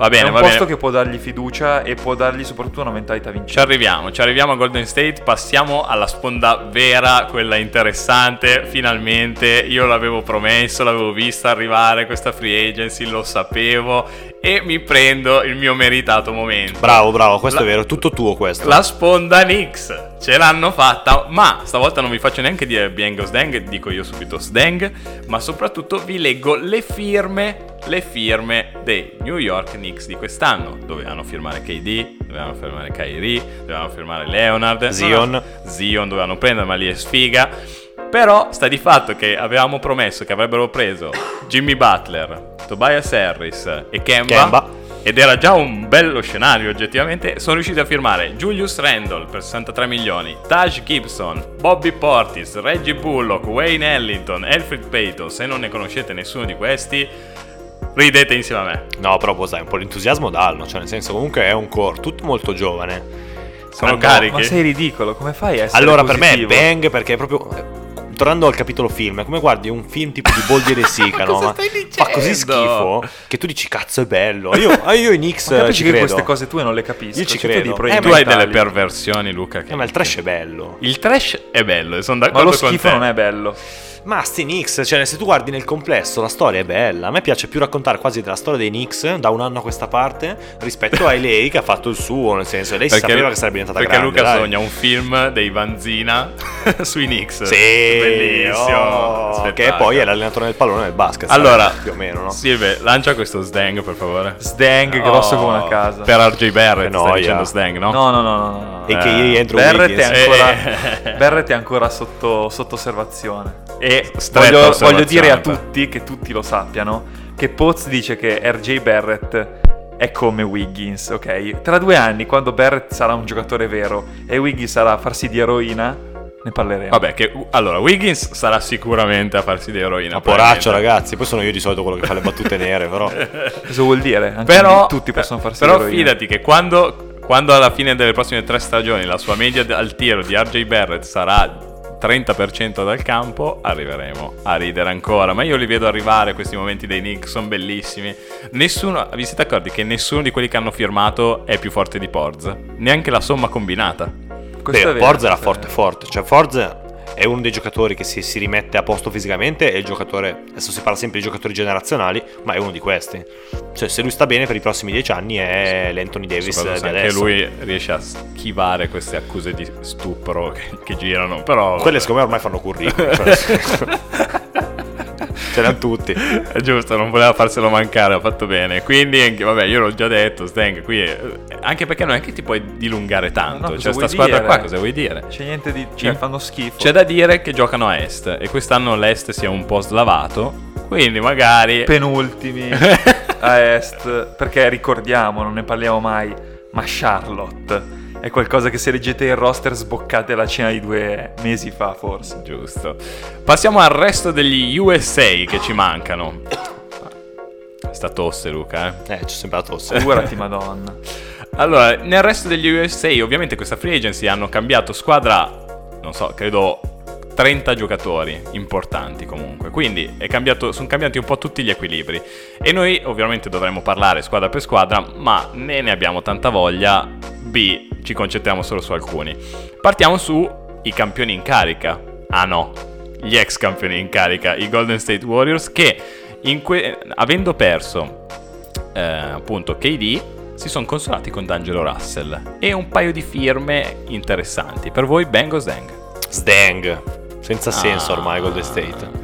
Speaker 1: Va
Speaker 3: è
Speaker 1: bene,
Speaker 3: un
Speaker 1: va
Speaker 3: posto
Speaker 1: bene.
Speaker 3: che può dargli fiducia e può dargli soprattutto una mentalità vincente.
Speaker 1: Ci arriviamo, ci arriviamo a Golden State, passiamo alla sponda vera, quella interessante, finalmente io l'avevo promesso, l'avevo vista arrivare questa free agency, lo sapevo e mi prendo il mio meritato momento.
Speaker 2: Bravo, bravo, questo
Speaker 1: La-
Speaker 2: è vero, tutto tuo questo.
Speaker 1: La sponda Nix ce l'hanno fatta, ma stavolta non vi faccio neanche dire Biengo Sdeng, dico io subito Sdeng, ma soprattutto vi leggo le firme, le firme dei New York Knicks di quest'anno. Dovevano firmare KD, dovevano firmare Kyrie, dovevano firmare Leonard,
Speaker 2: Zion.
Speaker 1: No, no, Zion dovevano prendere, ma lì è sfiga. Però sta di fatto che avevamo promesso che avrebbero preso Jimmy Butler, Tobias Harris e
Speaker 2: Kemba.
Speaker 1: ed era già un bello scenario oggettivamente, sono riusciti a firmare Julius Randle per 63 milioni, Taj Gibson, Bobby Portis, Reggie Bullock, Wayne Ellington, Alfred Payton, se non ne conoscete nessuno di questi, ridete insieme a me.
Speaker 2: No, però può sai, un po' l'entusiasmo dallo, cioè nel senso comunque è un core, tutto molto giovane.
Speaker 1: Sono
Speaker 2: Ah, no,
Speaker 1: carichi.
Speaker 3: Ma sei ridicolo, come fai a essere
Speaker 2: allora
Speaker 3: positivo?
Speaker 2: per me è bang perché è proprio eh, tornando al capitolo film è come guardi un film tipo di Boldi e De Sica no?
Speaker 1: Cosa
Speaker 2: Ma
Speaker 1: stai
Speaker 2: fa così
Speaker 1: dicendo?
Speaker 2: schifo che tu dici cazzo è bello io, ah, io in X
Speaker 3: Ma
Speaker 2: eh,
Speaker 3: capisci
Speaker 2: ci
Speaker 3: che
Speaker 2: credo
Speaker 3: queste cose tue non le capisco.
Speaker 2: Io ci
Speaker 3: cioè, tu
Speaker 2: credo.
Speaker 3: li
Speaker 2: Eh,
Speaker 3: prendi
Speaker 1: E
Speaker 2: ma
Speaker 1: tu hai
Speaker 3: in Italia.
Speaker 1: delle perversioni Luca. che-
Speaker 2: Eh, ma il trash è bello
Speaker 1: Il trash è bello e sono
Speaker 3: Ma
Speaker 1: d'accordo
Speaker 3: lo
Speaker 1: con
Speaker 3: schifo
Speaker 1: te.
Speaker 3: non è bello.
Speaker 2: Ma sti Knicks, cioè se tu guardi nel complesso la storia è bella, a me piace più raccontare quasi della storia dei Knicks da un anno a questa parte rispetto a lei che ha fatto il suo, nel senso lei sapeva che sarebbe diventata
Speaker 1: perché
Speaker 2: grande.
Speaker 1: Luca
Speaker 2: dai.
Speaker 1: sogna un film dei Vanzina *laughs* sui Knicks.
Speaker 2: Sì,
Speaker 1: bellissimo.
Speaker 2: oh, che
Speaker 1: Spettacolo.
Speaker 2: poi è l'allenatore del pallone del basket.
Speaker 1: Allora,
Speaker 2: sai, più o meno, no?
Speaker 1: Silve, lancia questo Sdang per favore.
Speaker 3: Sdang grosso
Speaker 1: Oh,
Speaker 3: come una casa.
Speaker 1: Per RJ Barrett,
Speaker 2: Che
Speaker 1: stai
Speaker 2: noia.
Speaker 1: dicendo Sdang, no?
Speaker 3: No, no, no, no, no.
Speaker 2: E che
Speaker 3: Eh,
Speaker 2: ieri entro
Speaker 3: Barrett è
Speaker 2: Wiggins.
Speaker 3: ancora,
Speaker 1: Eh.
Speaker 3: Barrett è ancora sotto, sotto osservazione. E
Speaker 1: Stretta
Speaker 3: eh, voglio,
Speaker 1: osservazione,
Speaker 3: voglio dire a
Speaker 1: però.
Speaker 3: tutti, che tutti lo sappiano, che Poz dice che RJ Barrett è come Wiggins, ok? Tra due anni, quando Barrett sarà un giocatore vero e Wiggins sarà a farsi di eroina, ne parleremo.
Speaker 1: Vabbè, che allora Wiggins sarà sicuramente a farsi di eroina.
Speaker 2: Ma poraccio,
Speaker 1: probabilmente.
Speaker 2: ragazzi. Poi sono io di solito quello che fa le battute nere,
Speaker 1: *laughs*
Speaker 2: però.
Speaker 3: Cosa vuol dire? Anche
Speaker 1: Però, eh,
Speaker 3: tutti possono farsi
Speaker 1: però
Speaker 3: di eroina.
Speaker 1: fidati che quando, quando alla fine delle prossime tre stagioni la sua media d- al tiro di RJ Barrett sarà 30% dal campo, arriveremo a ridere ancora. Ma io li vedo arrivare questi momenti dei Knicks, sono bellissimi. Nessuno, vi siete accorti che nessuno di quelli che hanno firmato è più forte di Porz? Neanche la somma combinata.
Speaker 3: Questo è
Speaker 2: Beh,
Speaker 3: vero,
Speaker 2: Forza era
Speaker 3: questo è
Speaker 2: forte,
Speaker 3: vero.
Speaker 2: forte. Cioè, Forza è uno dei giocatori che si, si rimette a posto fisicamente. E il giocatore. Adesso si parla sempre di giocatori generazionali, ma è uno di questi. Cioè, se lui sta bene per i prossimi dieci anni, è l'Anthony Davis.
Speaker 1: Soprattutto se
Speaker 2: Di
Speaker 1: anche
Speaker 2: adesso.
Speaker 1: lui riesce a schivare queste accuse di stupro che, che girano. Però.
Speaker 2: Quelle, secondo me, ormai fanno curriculum.
Speaker 1: *laughs*
Speaker 2: Cioè, *laughs* ce l'hanno tutti.
Speaker 1: È giusto, non voleva farselo mancare, ha fatto bene. Quindi, anche- vabbè, io l'ho già detto, Stang, qui è- anche perché non è che ti puoi dilungare
Speaker 3: No, no,
Speaker 1: tanto.
Speaker 3: cosa
Speaker 1: cioè, sta
Speaker 3: vuoi
Speaker 1: squadra
Speaker 3: dire?
Speaker 1: qua, cosa vuoi dire?
Speaker 3: C'è niente di... Cioè,
Speaker 1: In-
Speaker 3: fanno schifo.
Speaker 1: C'è da dire che giocano a est e quest'anno l'est si è un po' slavato, quindi
Speaker 2: Eh.
Speaker 1: magari...
Speaker 2: *laughs*
Speaker 3: penultimi a est perché ricordiamo, non ne parliamo mai, ma Charlotte è qualcosa che se leggete il roster sboccate la cena di due mesi fa forse.
Speaker 1: Giusto. Passiamo al resto degli USA che ci mancano. Sta tosse Luca, eh.
Speaker 2: Eh, ci ho sempre la tosse.
Speaker 3: Figurati madonna.
Speaker 1: Allora, nel resto degli USA, ovviamente questa free agency hanno cambiato squadra, non so, credo 30 giocatori importanti comunque. Quindi è cambiato- sono cambiati un po' tutti gli equilibri. E noi ovviamente dovremmo parlare squadra per squadra, ma né ne abbiamo tanta voglia, B, ci concentriamo solo su alcuni. Partiamo sui campioni in carica. Ah no, gli ex campioni in carica, i Golden State Warriors, che in que- avendo perso eh, appunto KD si sono consolati con D'Angelo Russell e un paio di firme interessanti. Per voi Bang o Zang?
Speaker 2: Sdang.
Speaker 1: Ah.
Speaker 2: Senza senso ormai, Golden State.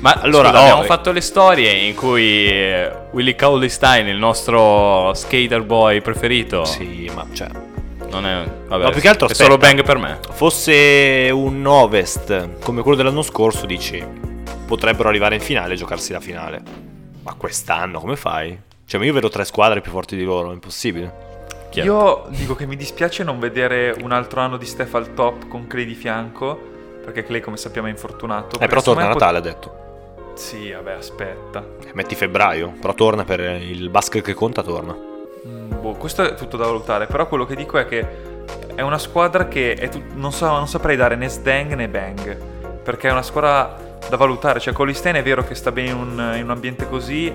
Speaker 1: Ma allora
Speaker 2: Allora, oh,
Speaker 1: abbiamo
Speaker 2: eh.
Speaker 1: fatto le storie in cui eh, Willy Cowley Stein, il nostro skater boy preferito,
Speaker 2: Sì, ma cioè.
Speaker 1: non è vabbè,
Speaker 2: Ma più che altro,
Speaker 1: è
Speaker 2: aspetta.
Speaker 1: solo Bang per me.
Speaker 2: fosse un ovest come quello dell'anno scorso, dici potrebbero arrivare in finale e giocarsi la finale. Ma quest'anno come fai? Cioè, ma io vedo tre squadre più forti di loro, è impossibile. Eh,
Speaker 1: Chi è?
Speaker 3: Io dico che mi dispiace non vedere un altro anno di Steph al top con Clay di fianco. Perché Clay, come sappiamo, è infortunato.
Speaker 2: Eh,
Speaker 3: Perché
Speaker 2: però
Speaker 3: secondo
Speaker 2: torna a
Speaker 3: me
Speaker 2: Natale, ha detto.
Speaker 3: pot- Sì, vabbè, aspetta.
Speaker 2: Eh, Metti febbraio, però torna per il basket che conta, torna.
Speaker 3: Mm, boh, questo è tutto da valutare, però quello che dico è che è una squadra che è tut- non, so- non saprei dare né Sdang né Bang, perché è una squadra da valutare, cioè Colistein è vero che sta bene in un, in un ambiente così,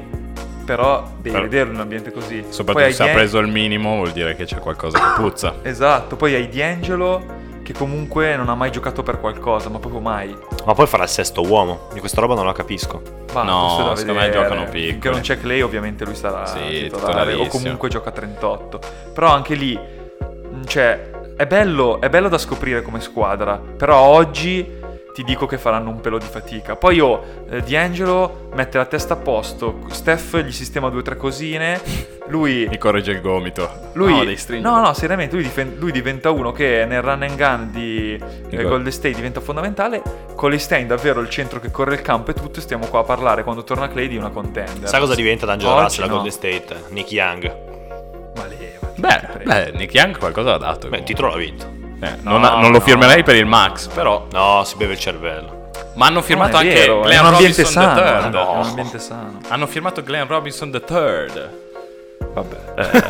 Speaker 3: però devi
Speaker 1: Però-
Speaker 3: vederlo in un ambiente così.
Speaker 1: Soprattutto
Speaker 3: hai
Speaker 1: se ha
Speaker 3: Dien-
Speaker 1: preso il minimo vuol dire che c'è qualcosa che puzza.
Speaker 3: Esatto, poi hai D'Angelo che comunque non ha mai giocato per qualcosa, ma proprio mai.
Speaker 2: Ma poi farà il sesto uomo. Io questa roba non la capisco.
Speaker 3: Va,
Speaker 1: No,
Speaker 3: questo è da
Speaker 1: secondo me
Speaker 3: vedere.
Speaker 1: giocano piccoli.
Speaker 3: Finché non c'è Clay, ovviamente lui sarà
Speaker 1: Sì,
Speaker 3: titolare.
Speaker 1: titolarissimo.
Speaker 3: O comunque gioca a 38. Però anche lì, mh, cioè, è bello, è bello da scoprire come squadra. Però oggi ti dico che faranno un pelo di fatica. Poi io, eh, D'Angelo mette la testa a posto. Steph gli sistema due o tre cosine. Lui.
Speaker 1: Mi corregge il gomito.
Speaker 3: Lui,
Speaker 1: no, devi stringere.
Speaker 3: no, no, seriamente, lui, difen- lui diventa uno che nel run and gun di eh,
Speaker 1: gol.
Speaker 3: Golden State diventa fondamentale. Con Stein davvero il centro che corre il campo e tutto, e stiamo qua a parlare quando torna Clay di una contender.
Speaker 2: Sai cosa diventa D'Angelo
Speaker 3: Oggi
Speaker 2: Russell a
Speaker 3: no.
Speaker 2: Golden State? Nick Young.
Speaker 3: Ma levati, ti
Speaker 1: Beh,
Speaker 3: prego.
Speaker 1: beh, Nick Young qualcosa l'ha dato.
Speaker 2: Beh,
Speaker 1: comunque.
Speaker 2: il titolo l'ha vinto.
Speaker 1: Eh,
Speaker 3: No,
Speaker 1: non, ha- non lo
Speaker 3: no.
Speaker 1: firmerei per il Max, però.
Speaker 2: No, si beve il cervello.
Speaker 1: Ma hanno firmato
Speaker 3: Non è
Speaker 1: anche
Speaker 3: vero, è
Speaker 1: Glenn
Speaker 3: un ambiente
Speaker 1: Robinson Oh.
Speaker 3: sano.
Speaker 1: III.
Speaker 3: È
Speaker 2: No.
Speaker 3: un ambiente sano.
Speaker 1: Hanno firmato Glenn Robinson III.
Speaker 3: Vabbè.
Speaker 1: Eh.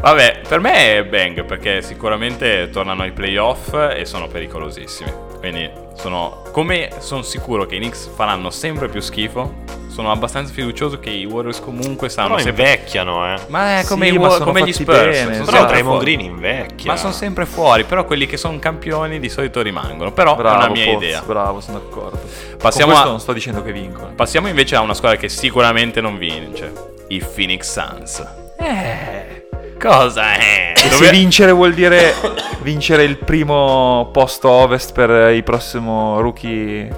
Speaker 1: *laughs* Vabbè, per me è bang perché sicuramente tornano ai playoff e sono pericolosissimi. Quindi sono come sono sicuro che i Knicks faranno sempre più schifo, sono abbastanza fiducioso che i Warriors comunque saranno
Speaker 2: Però
Speaker 1: sempre
Speaker 2: invecchiano, eh.
Speaker 1: Ah, Ma è come,
Speaker 3: Sì,
Speaker 1: i
Speaker 3: ma
Speaker 1: Wa-
Speaker 3: sono
Speaker 1: come gli
Speaker 3: fatti
Speaker 1: Spurs,
Speaker 3: bene,
Speaker 1: sono
Speaker 3: esatto.
Speaker 2: Però
Speaker 1: sempre
Speaker 2: Draymond
Speaker 1: fuori.
Speaker 2: Green invecchia.
Speaker 1: Ma sono sempre fuori, però quelli che sono campioni di solito rimangono. Però
Speaker 3: Bravo,
Speaker 1: è una mia
Speaker 3: Poz,
Speaker 1: idea.
Speaker 3: Bravo, sono d'accordo.
Speaker 1: Passiamo
Speaker 3: Con
Speaker 1: a-
Speaker 3: questo non sto dicendo che vincono.
Speaker 1: Passiamo invece a una squadra che sicuramente non vince, cioè i Phoenix Suns.
Speaker 3: Eh.
Speaker 1: Cosa è?
Speaker 2: Eh
Speaker 3: E
Speaker 1: Dove-
Speaker 3: Se vincere vuol dire vincere il primo posto ovest per eh, il prossimo rookie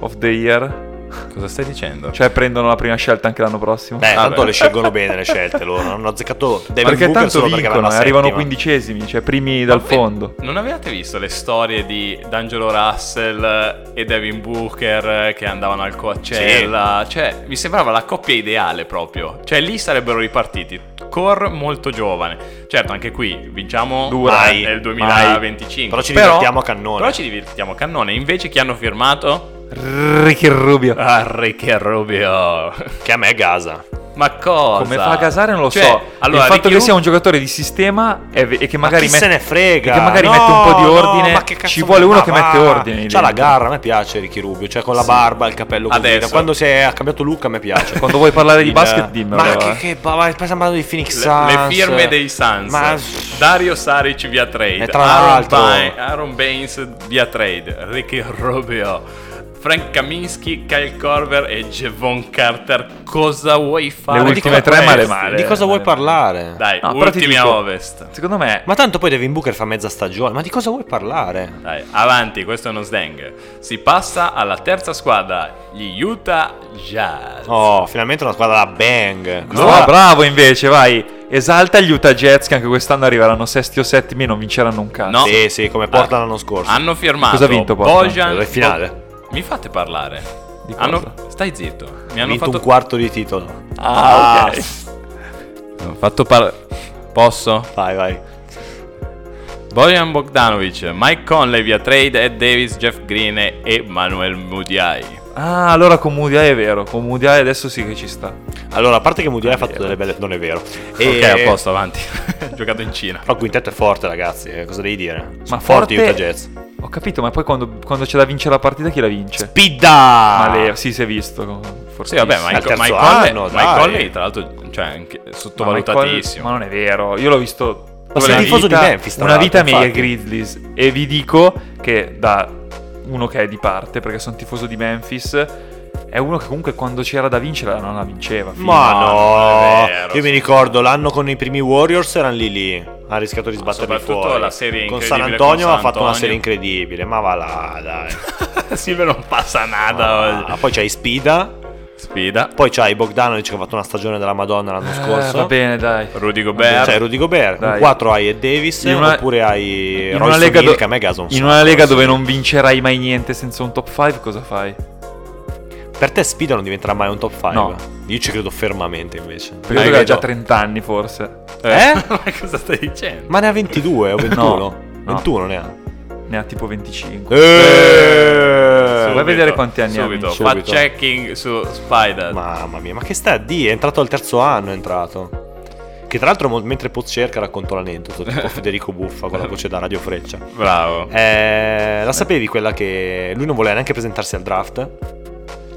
Speaker 3: of the year.
Speaker 1: Cosa stai dicendo?
Speaker 3: Cioè prendono la prima scelta anche l'anno prossimo. Ah,
Speaker 2: Beh, tanto
Speaker 1: Vabbè.
Speaker 2: le scelgono bene le scelte loro. Hanno azzeccato Devin
Speaker 3: perché
Speaker 2: Booker
Speaker 3: tanto
Speaker 2: solo perché aveva
Speaker 3: vincono, eh,
Speaker 2: la
Speaker 3: arrivano
Speaker 2: settima.
Speaker 3: quindicesimi, cioè primi dal
Speaker 1: Ma-
Speaker 3: fondo.
Speaker 1: Non avevate visto le storie di D'Angelo Russell e Devin Booker che andavano al Coachella? Cioè, mi sembrava la coppia ideale proprio. Cioè, lì sarebbero ripartiti. Core molto giovane. Certo, anche qui vinciamo
Speaker 2: Mai,
Speaker 1: nel
Speaker 2: mai.
Speaker 1: 2025.
Speaker 2: Però ci divertiamo a cannone.
Speaker 1: Però ci divertiamo a cannone. Invece chi hanno firmato?
Speaker 3: Ricky Rubio.
Speaker 1: Ah, Ricky Rubio.
Speaker 2: Che a me è Gaza.
Speaker 1: Ma cosa?
Speaker 3: Come fa a casare non lo
Speaker 1: Cioè,
Speaker 3: so.
Speaker 1: Allora,
Speaker 3: il fatto
Speaker 1: Ricky
Speaker 3: che sia
Speaker 1: Rubio-
Speaker 3: un giocatore di sistema e, e che
Speaker 2: ma
Speaker 3: magari
Speaker 2: chi
Speaker 3: met-
Speaker 2: se ne frega.
Speaker 3: e che magari
Speaker 2: No,
Speaker 3: mette un po' di
Speaker 2: no,
Speaker 3: ordine.
Speaker 2: ma che cazzo
Speaker 3: Ci vuole
Speaker 2: me-
Speaker 3: uno
Speaker 2: ma
Speaker 3: che
Speaker 2: va.
Speaker 3: mette ordine.
Speaker 2: C'ha la
Speaker 3: dentro.
Speaker 2: garra, a me piace Ricky Rubio, cioè con la barba, il capello
Speaker 1: Adesso.
Speaker 2: così. Quando si è cambiato Luca mi piace.
Speaker 3: Quando vuoi parlare di
Speaker 2: Il-
Speaker 3: basket, dimmelo.
Speaker 2: Ma
Speaker 3: eh.
Speaker 2: che, che ma- ma- stai parlando di Phoenix
Speaker 1: Le, le
Speaker 2: Suns.
Speaker 1: firme dei Suns
Speaker 2: Ma
Speaker 1: Dario Saric via trade
Speaker 2: E tra
Speaker 1: Aaron,
Speaker 2: l'altro-
Speaker 1: Ba- Aaron Baines via trade Ricky Rubio Frank Kaminsky Kyle Corver e Javon Carter cosa vuoi fare
Speaker 3: Le
Speaker 1: con
Speaker 3: ultime tre
Speaker 1: questi?
Speaker 3: male male.
Speaker 2: di cosa vuoi parlare?
Speaker 1: dai
Speaker 3: No, però ti
Speaker 1: ultimi a
Speaker 3: dico-
Speaker 1: ovest
Speaker 3: Secondo me
Speaker 2: Ma tanto poi Devin Booker fa mezza stagione. Ma di cosa vuoi parlare?
Speaker 1: dai avanti questo è uno slang si passa alla terza squadra gli Utah Jazz
Speaker 2: Oh, finalmente una squadra da bang.
Speaker 3: No,
Speaker 2: Questa-
Speaker 3: bravo invece, vai. Esalta gli Utah Jets che anche quest'anno arriveranno sesti o settimi e non vinceranno un cazzo.
Speaker 1: No.
Speaker 2: Sì, sì, come Portland
Speaker 1: Ah,
Speaker 2: l'anno scorso.
Speaker 1: hanno firmato
Speaker 3: Cosa ha vinto Portland?
Speaker 1: Bojan
Speaker 2: È finale.
Speaker 1: Bo- mi fate parlare
Speaker 3: Di cosa?
Speaker 1: hanno... stai zitto mi
Speaker 2: Hanno
Speaker 1: hanno
Speaker 2: vinto
Speaker 1: fatto
Speaker 2: un quarto di titolo.
Speaker 1: Ah, ok. Ho fatto par- Posso?
Speaker 2: Vai, vai.
Speaker 1: Bojan Bogdanovic, Mike Conley via trade, Ed Davis, Jeff Green e Manuel Mudiai.
Speaker 3: Ah, allora con Mudiai è vero, con Mudiai adesso sì che ci sta.
Speaker 2: Allora, a parte che Moody ha fatto delle belle... Non è vero. E-
Speaker 1: Ok, a posto, avanti. *laughs* Giocato in Cina.
Speaker 2: Però il quintetto è forte, ragazzi. eh, Cosa devi dire?
Speaker 3: Ma
Speaker 2: Sono forti
Speaker 3: forte-
Speaker 2: Utah Jazz.
Speaker 3: Ho capito, ma poi quando, quando c'è da vincere la partita chi la vince?
Speaker 2: Pidda!
Speaker 3: Ma
Speaker 2: Ah.
Speaker 3: Leo, sì, si è visto.
Speaker 1: Sì, vabbè,
Speaker 3: ma
Speaker 2: Al
Speaker 1: Mike,
Speaker 2: terzo
Speaker 1: Mike Conley,
Speaker 2: anno,
Speaker 1: Mike
Speaker 2: dai.
Speaker 1: Conley, tra l'altro, cioè, anche sottovalutatissimo.
Speaker 3: Ma non è vero, io l'ho visto.
Speaker 2: Ma sei
Speaker 3: una
Speaker 2: tifoso di
Speaker 3: vita-
Speaker 2: Memphis, tra
Speaker 3: Una vita
Speaker 2: l'altro,
Speaker 3: mia ai
Speaker 2: infatti.
Speaker 3: Grizzlies. E vi dico che da uno che è di parte, perché sono tifoso di Memphis, è uno che comunque quando c'era da vincere non la vinceva. fino
Speaker 2: Ma
Speaker 1: No,
Speaker 2: no,
Speaker 1: non è vero.
Speaker 2: io mi ricordo l'anno con i primi Warriors erano lì lì, ha rischiato di sbatterli
Speaker 1: soprattutto
Speaker 2: fuori.
Speaker 1: la serie
Speaker 2: con San
Speaker 1: incredibile
Speaker 2: Antonio
Speaker 1: con San
Speaker 2: ha fatto una
Speaker 1: Antonio.
Speaker 2: serie incredibile, ma va là,
Speaker 1: *laughs*
Speaker 2: dai.
Speaker 1: Silver non passa nada.
Speaker 2: Ah, poi c'hai Spida,
Speaker 1: Sfida.
Speaker 2: poi c'hai Bogdanovic che ha fatto una stagione della Madonna l'anno
Speaker 3: Eh,
Speaker 2: scorso.
Speaker 3: va bene, dai.
Speaker 1: Rudy Gobert.
Speaker 2: C'hai Rudy Gobert,
Speaker 3: Dai.
Speaker 2: con 4 hai Ed Davis,
Speaker 3: In una-
Speaker 2: oppure hai
Speaker 3: in
Speaker 2: Royce
Speaker 3: una lega,
Speaker 2: O'Neal,
Speaker 3: do-
Speaker 2: che a me gasa un
Speaker 3: in
Speaker 2: sacco,
Speaker 3: una lega
Speaker 2: Royce
Speaker 3: dove non vincerai mai niente senza un top 5, cosa fai?
Speaker 2: O'Neal. Per te Spida non diventerà mai un top 5?
Speaker 3: No.
Speaker 2: Io ci credo fermamente invece.
Speaker 3: Perché
Speaker 1: Hai
Speaker 3: lui ha
Speaker 1: capito?
Speaker 3: già 30 anni forse.
Speaker 1: Eh? *laughs*
Speaker 2: Eh?
Speaker 1: ma cosa stai dicendo?
Speaker 2: Ma ne ha 22 o 21?
Speaker 3: no.
Speaker 2: 21 ne ha.
Speaker 3: Ne ha tipo 25.
Speaker 2: Eh.
Speaker 1: Subito,
Speaker 3: vedere quanti anni ha
Speaker 1: subito.
Speaker 2: vinto.
Speaker 1: Fact
Speaker 2: Subito.
Speaker 1: checking su Spider.
Speaker 2: Eh. Mamma mia, ma che sta a D? È entrato al terzo anno, è entrato. Che tra l'altro mo- mentre Poz cerca racconto l'aneddoto,
Speaker 3: *laughs*
Speaker 2: tipo Federico Buffa con la voce da Radio Freccia.
Speaker 1: Bravo.
Speaker 2: Eh, la sapevi quella che lui non voleva neanche presentarsi al draft?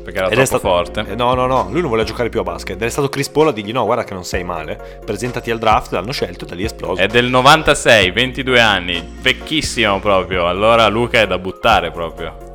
Speaker 1: Perché era troppo
Speaker 2: Ed è stato-
Speaker 1: forte.
Speaker 2: Eh, No, no, no, lui non voleva giocare più a basket. Ed è stato Chris Paul a dirgli no, guarda che non sei male, presentati al draft, l'hanno scelto e da lì è esploso.
Speaker 1: È del 96, 22 anni, vecchissimo proprio. Allora Luca è da buttare proprio.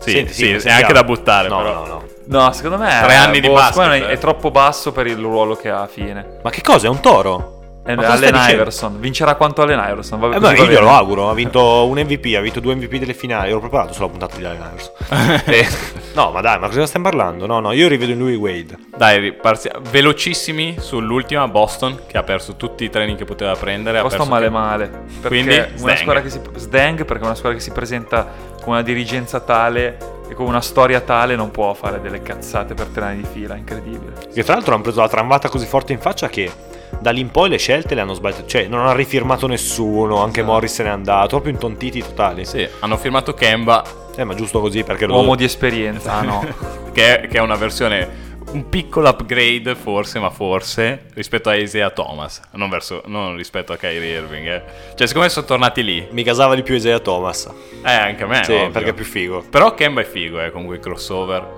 Speaker 1: Sì,
Speaker 2: Senti,
Speaker 1: sì, è
Speaker 2: sentiamo.
Speaker 1: anche da buttare
Speaker 2: No,
Speaker 1: però. *laughs*
Speaker 2: no, no.
Speaker 3: No, secondo me
Speaker 1: Tre anni di
Speaker 3: boh,
Speaker 1: basket,
Speaker 3: secondo me
Speaker 1: eh.
Speaker 3: è troppo basso per il ruolo che ha a fine.
Speaker 2: Ma che cosa? È un toro?
Speaker 3: È
Speaker 2: Ma cosa stai
Speaker 3: Allen
Speaker 2: dicendo?
Speaker 3: Iverson, vincerà quanto Allen Iverson. Vabbè,
Speaker 2: Eh
Speaker 3: così
Speaker 2: beh,
Speaker 3: va
Speaker 2: io glielo
Speaker 3: bene.
Speaker 2: auguro, ha vinto un MVP, ha vinto due MVP delle finali, ero preparato sulla puntata di Allen Iverson. Eh, no, ma dai, ma cosa stiamo parlando? No, no, io rivedo in lui Wade.
Speaker 1: Dai, ri- parzi- velocissimi sull'ultima Boston che ha perso tutti i treni che poteva prendere, ha
Speaker 3: Boston
Speaker 1: perso
Speaker 3: male
Speaker 1: tutti-
Speaker 3: male. Perché
Speaker 1: Eh, Quindi,
Speaker 3: una
Speaker 1: Zdeng.
Speaker 3: squadra che si Zdeng perché una squadra che si presenta con una dirigenza tale e con una storia tale non può fare delle cazzate per tre anni di fila, incredibile.
Speaker 2: Che tra l'altro hanno preso la tramvata così forte in faccia che da lì in poi le scelte le hanno sbagliate, cioè non ha rifirmato nessuno, anche Morris se n'è andato, proprio intontiti totali.
Speaker 1: Esatto. Sì, hanno firmato Kemba
Speaker 2: Eh, ma giusto così perché lo
Speaker 3: Uomo di esperienza, ah no.
Speaker 1: che, è, che è una versione un piccolo upgrade forse, ma forse, rispetto a Isaiah Thomas, non, verso- non rispetto a Kyrie Irving. eh. Cioè, secondo me sono tornati lì.
Speaker 2: Mi casava di più Isaiah Thomas.
Speaker 1: Eh, anche a me.
Speaker 2: sì,
Speaker 1: ovvio.
Speaker 2: perché è più figo.
Speaker 1: Però Kemba è figo, eh, con quel crossover.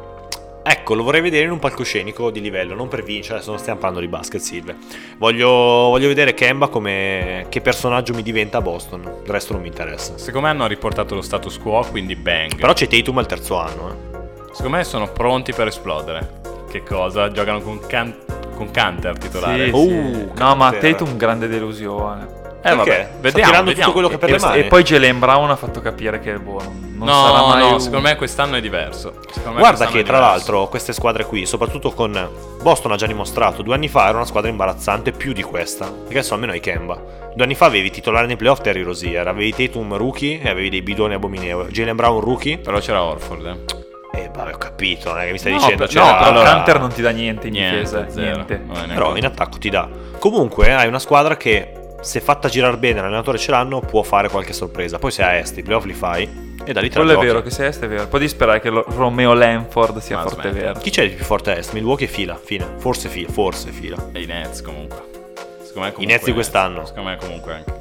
Speaker 2: Ecco, lo vorrei vedere in un palcoscenico di livello, non per vincere, adesso non stiamo parlando di basket, Silve. Voglio, voglio vedere Kemba come che personaggio mi diventa a Boston, il resto non mi interessa.
Speaker 1: Secondo me hanno riportato lo status quo, quindi bang.
Speaker 2: Però c'è Tatum al terzo anno, eh.
Speaker 1: Secondo me sono pronti per esplodere. Che cosa? Giocano con, Can- con Canter titolare.
Speaker 3: Sì,
Speaker 2: Oh,
Speaker 3: sì. No, ma
Speaker 2: cantera.
Speaker 3: Tatum grande delusione.
Speaker 1: Eh,
Speaker 2: Perché?
Speaker 1: vabbè,
Speaker 2: Sta
Speaker 1: vediamo.
Speaker 2: tirando tutto
Speaker 1: vediamo.
Speaker 2: quello che per
Speaker 1: E-
Speaker 2: le mani.
Speaker 3: E poi Jalen Brown ha fatto capire che boh, non non
Speaker 1: No,
Speaker 3: sarà mai
Speaker 1: no,
Speaker 3: un-
Speaker 1: secondo me quest'anno è diverso. Secondo
Speaker 2: eh.
Speaker 1: me
Speaker 2: Guarda
Speaker 1: quest'anno
Speaker 2: che
Speaker 1: è
Speaker 2: tra
Speaker 1: diverso.
Speaker 2: l'altro queste squadre qui, soprattutto con Boston ha già dimostrato, due anni fa era una squadra imbarazzante più di questa, perché adesso almeno hai Kemba. Due anni fa avevi titolare nei playoff Terry Rosier, avevi Tatum rookie e avevi dei bidoni abominevoli, Jalen Brown rookie,
Speaker 1: Però c'era Orford. eh.
Speaker 2: e vabbè ho capito, non è che mi stai
Speaker 3: No,
Speaker 2: dicendo...
Speaker 3: per- no,
Speaker 2: c'era-
Speaker 3: però
Speaker 2: cioè, allora-
Speaker 3: Canter non ti dà niente in
Speaker 1: Niente,
Speaker 3: difesa,
Speaker 1: zero.
Speaker 3: niente.
Speaker 1: Non è neanche-
Speaker 2: Però in attacco ti dà. Comunque hai una squadra che se fatta girare bene, l'allenatore ce l'hanno, può fare qualche sorpresa. Poi se a est i playoff li fai e da lì tre
Speaker 3: Quello è
Speaker 2: giochi.
Speaker 3: vero che se est è vero. Poi di sperare che lo- Romeo Lanford sia
Speaker 1: Ma
Speaker 3: forte
Speaker 1: smetti.
Speaker 3: vero.
Speaker 2: Chi c'è di più forte a est? Milwaukee e fila, fine. Forse fila, forse fila.
Speaker 1: E i Nets comunque. Secondo me comunque
Speaker 2: I Nets di quest'anno.
Speaker 1: Secondo me comunque anche.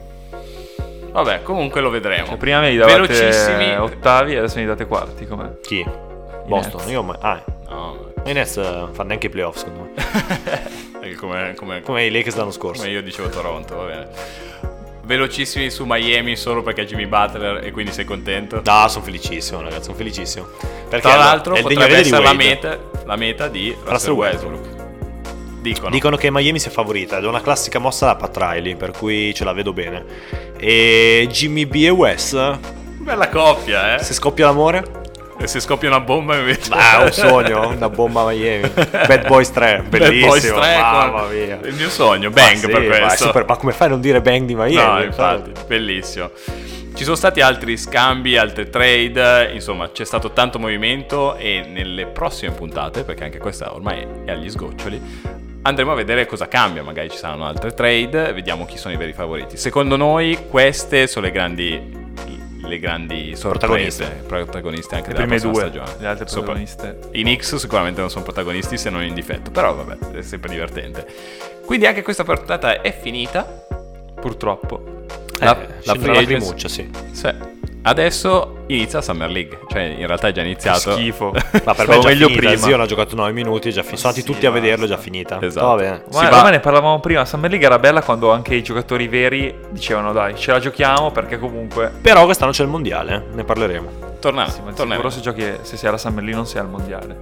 Speaker 1: Vabbè, comunque lo vedremo.
Speaker 3: Cioè, prima mi davate
Speaker 2: eh,
Speaker 1: Velocissimi.
Speaker 3: ottavi e adesso mi date quarti, com'è?
Speaker 2: Chi? Boston.
Speaker 3: Nets.
Speaker 2: Io ma... Ah,
Speaker 1: No,
Speaker 2: i Nets eh, non fanno neanche i playoff secondo me.
Speaker 1: *laughs* è come, come-
Speaker 2: Come i Lakers l'anno scorso.
Speaker 1: come io dicevo Toronto, va bene. Velocissimi su Miami solo perché è Jimmy Butler e quindi sei contento.
Speaker 2: No, sono felicissimo ragazzi, sono felicissimo. Perché
Speaker 1: Tra l'altro
Speaker 2: è il degno
Speaker 1: potrebbe
Speaker 2: avere di
Speaker 1: essere la
Speaker 2: Wade.
Speaker 1: meta, la meta di Russell
Speaker 2: Russell
Speaker 1: Westbrook.
Speaker 2: Westbrook.
Speaker 1: Dicono.
Speaker 2: Dicono che Miami sia favorita ed è una classica mossa da Pat Riley, per cui ce la vedo bene. E Jimmy B e Wes,
Speaker 1: Eh? Bella coppia, eh.
Speaker 2: se scoppia l'amore?
Speaker 1: E se scoppia una bomba invece...
Speaker 2: Ah, un sogno, una bomba a
Speaker 1: *laughs*
Speaker 2: Miami. Bad Boys 3,
Speaker 1: Bad
Speaker 2: bellissimo.
Speaker 1: Boys 3 con-
Speaker 2: mamma mia.
Speaker 1: Il mio sogno, bang
Speaker 2: Ma sì,
Speaker 1: per
Speaker 2: ma è
Speaker 1: questo.
Speaker 2: super- ma come fai a non dire bang di Miami? Cioè,
Speaker 1: No, infatti, bellissimo. Ci sono stati altri scambi, altre trade, insomma c'è stato tanto movimento e nelle prossime puntate, perché anche questa ormai è agli sgoccioli, andremo a vedere cosa cambia, magari ci saranno altre trade, vediamo chi sono i veri favoriti. Secondo noi queste sono le grandi, le grandi sorprese,
Speaker 2: Protagoniste.
Speaker 1: protagoniste anche
Speaker 3: Le
Speaker 1: della
Speaker 3: prime
Speaker 1: prossima
Speaker 3: due,
Speaker 1: stagione.
Speaker 3: le altre
Speaker 1: Sopra-
Speaker 3: protagoniste.
Speaker 1: i Knicks sicuramente non sono protagonisti se non in difetto, però vabbè, è sempre divertente. Quindi anche questa portata è finita.
Speaker 3: Purtroppo.
Speaker 1: La- la
Speaker 2: la
Speaker 1: free
Speaker 2: prima
Speaker 1: agency.
Speaker 2: lacrimuccia, sì.
Speaker 1: Se- Adesso inizia Summer League, cioè in realtà è già iniziato.
Speaker 3: Schifo.
Speaker 2: Ma per
Speaker 3: Stavo
Speaker 2: me è già
Speaker 3: meglio
Speaker 2: finita,
Speaker 3: prima.
Speaker 2: Zio non ha giocato 9 minuti, è già fin- sono
Speaker 1: Sì,
Speaker 2: andati tutti a
Speaker 1: basta.
Speaker 2: vederlo, è già finita.
Speaker 1: Esatto.
Speaker 2: Va bene.
Speaker 1: Si
Speaker 3: Ma,
Speaker 1: va-
Speaker 3: ma ne parlavamo prima, Summer League era bella quando anche i giocatori veri dicevano dai, ce la giochiamo perché comunque...
Speaker 2: Però quest'anno c'è il mondiale, eh, ne parleremo.
Speaker 1: *laughs* Torna,
Speaker 3: Sì, ma di
Speaker 1: torneremo. *laughs*
Speaker 3: sicuro se giochi, se sei alla Summer League non sei al mondiale.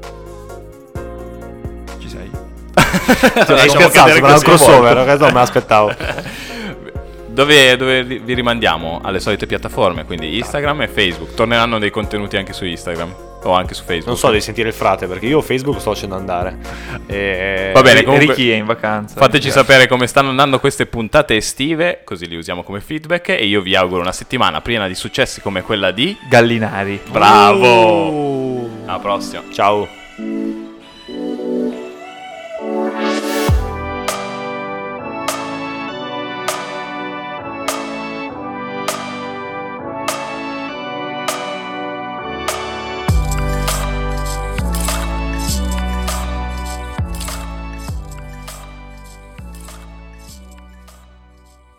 Speaker 3: Ci sei?
Speaker 1: Lasciamo
Speaker 2: Hai scherzato,
Speaker 1: cadere
Speaker 2: sarà un
Speaker 1: così.
Speaker 2: crossover,
Speaker 1: *laughs*
Speaker 2: ragazzi, non me l'aspettavo.
Speaker 1: Dove, dove ri- vi rimandiamo? Alle solite piattaforme, quindi Instagram e Facebook. Torneranno dei contenuti anche su Instagram o anche su Facebook.
Speaker 2: Non so, devi sentire il frate, perché io Facebook sto facendo andare. E-
Speaker 1: Va bene,
Speaker 3: Ri-
Speaker 1: comunque-
Speaker 3: Ricky è in vacanza.
Speaker 1: Fateci
Speaker 3: Grazie.
Speaker 1: sapere come stanno andando queste puntate estive, così li usiamo come feedback e io vi auguro una settimana piena di successi come quella di...
Speaker 3: Gallinari.
Speaker 1: Bravo!
Speaker 2: Uh.
Speaker 1: Alla prossima!
Speaker 2: Ciao.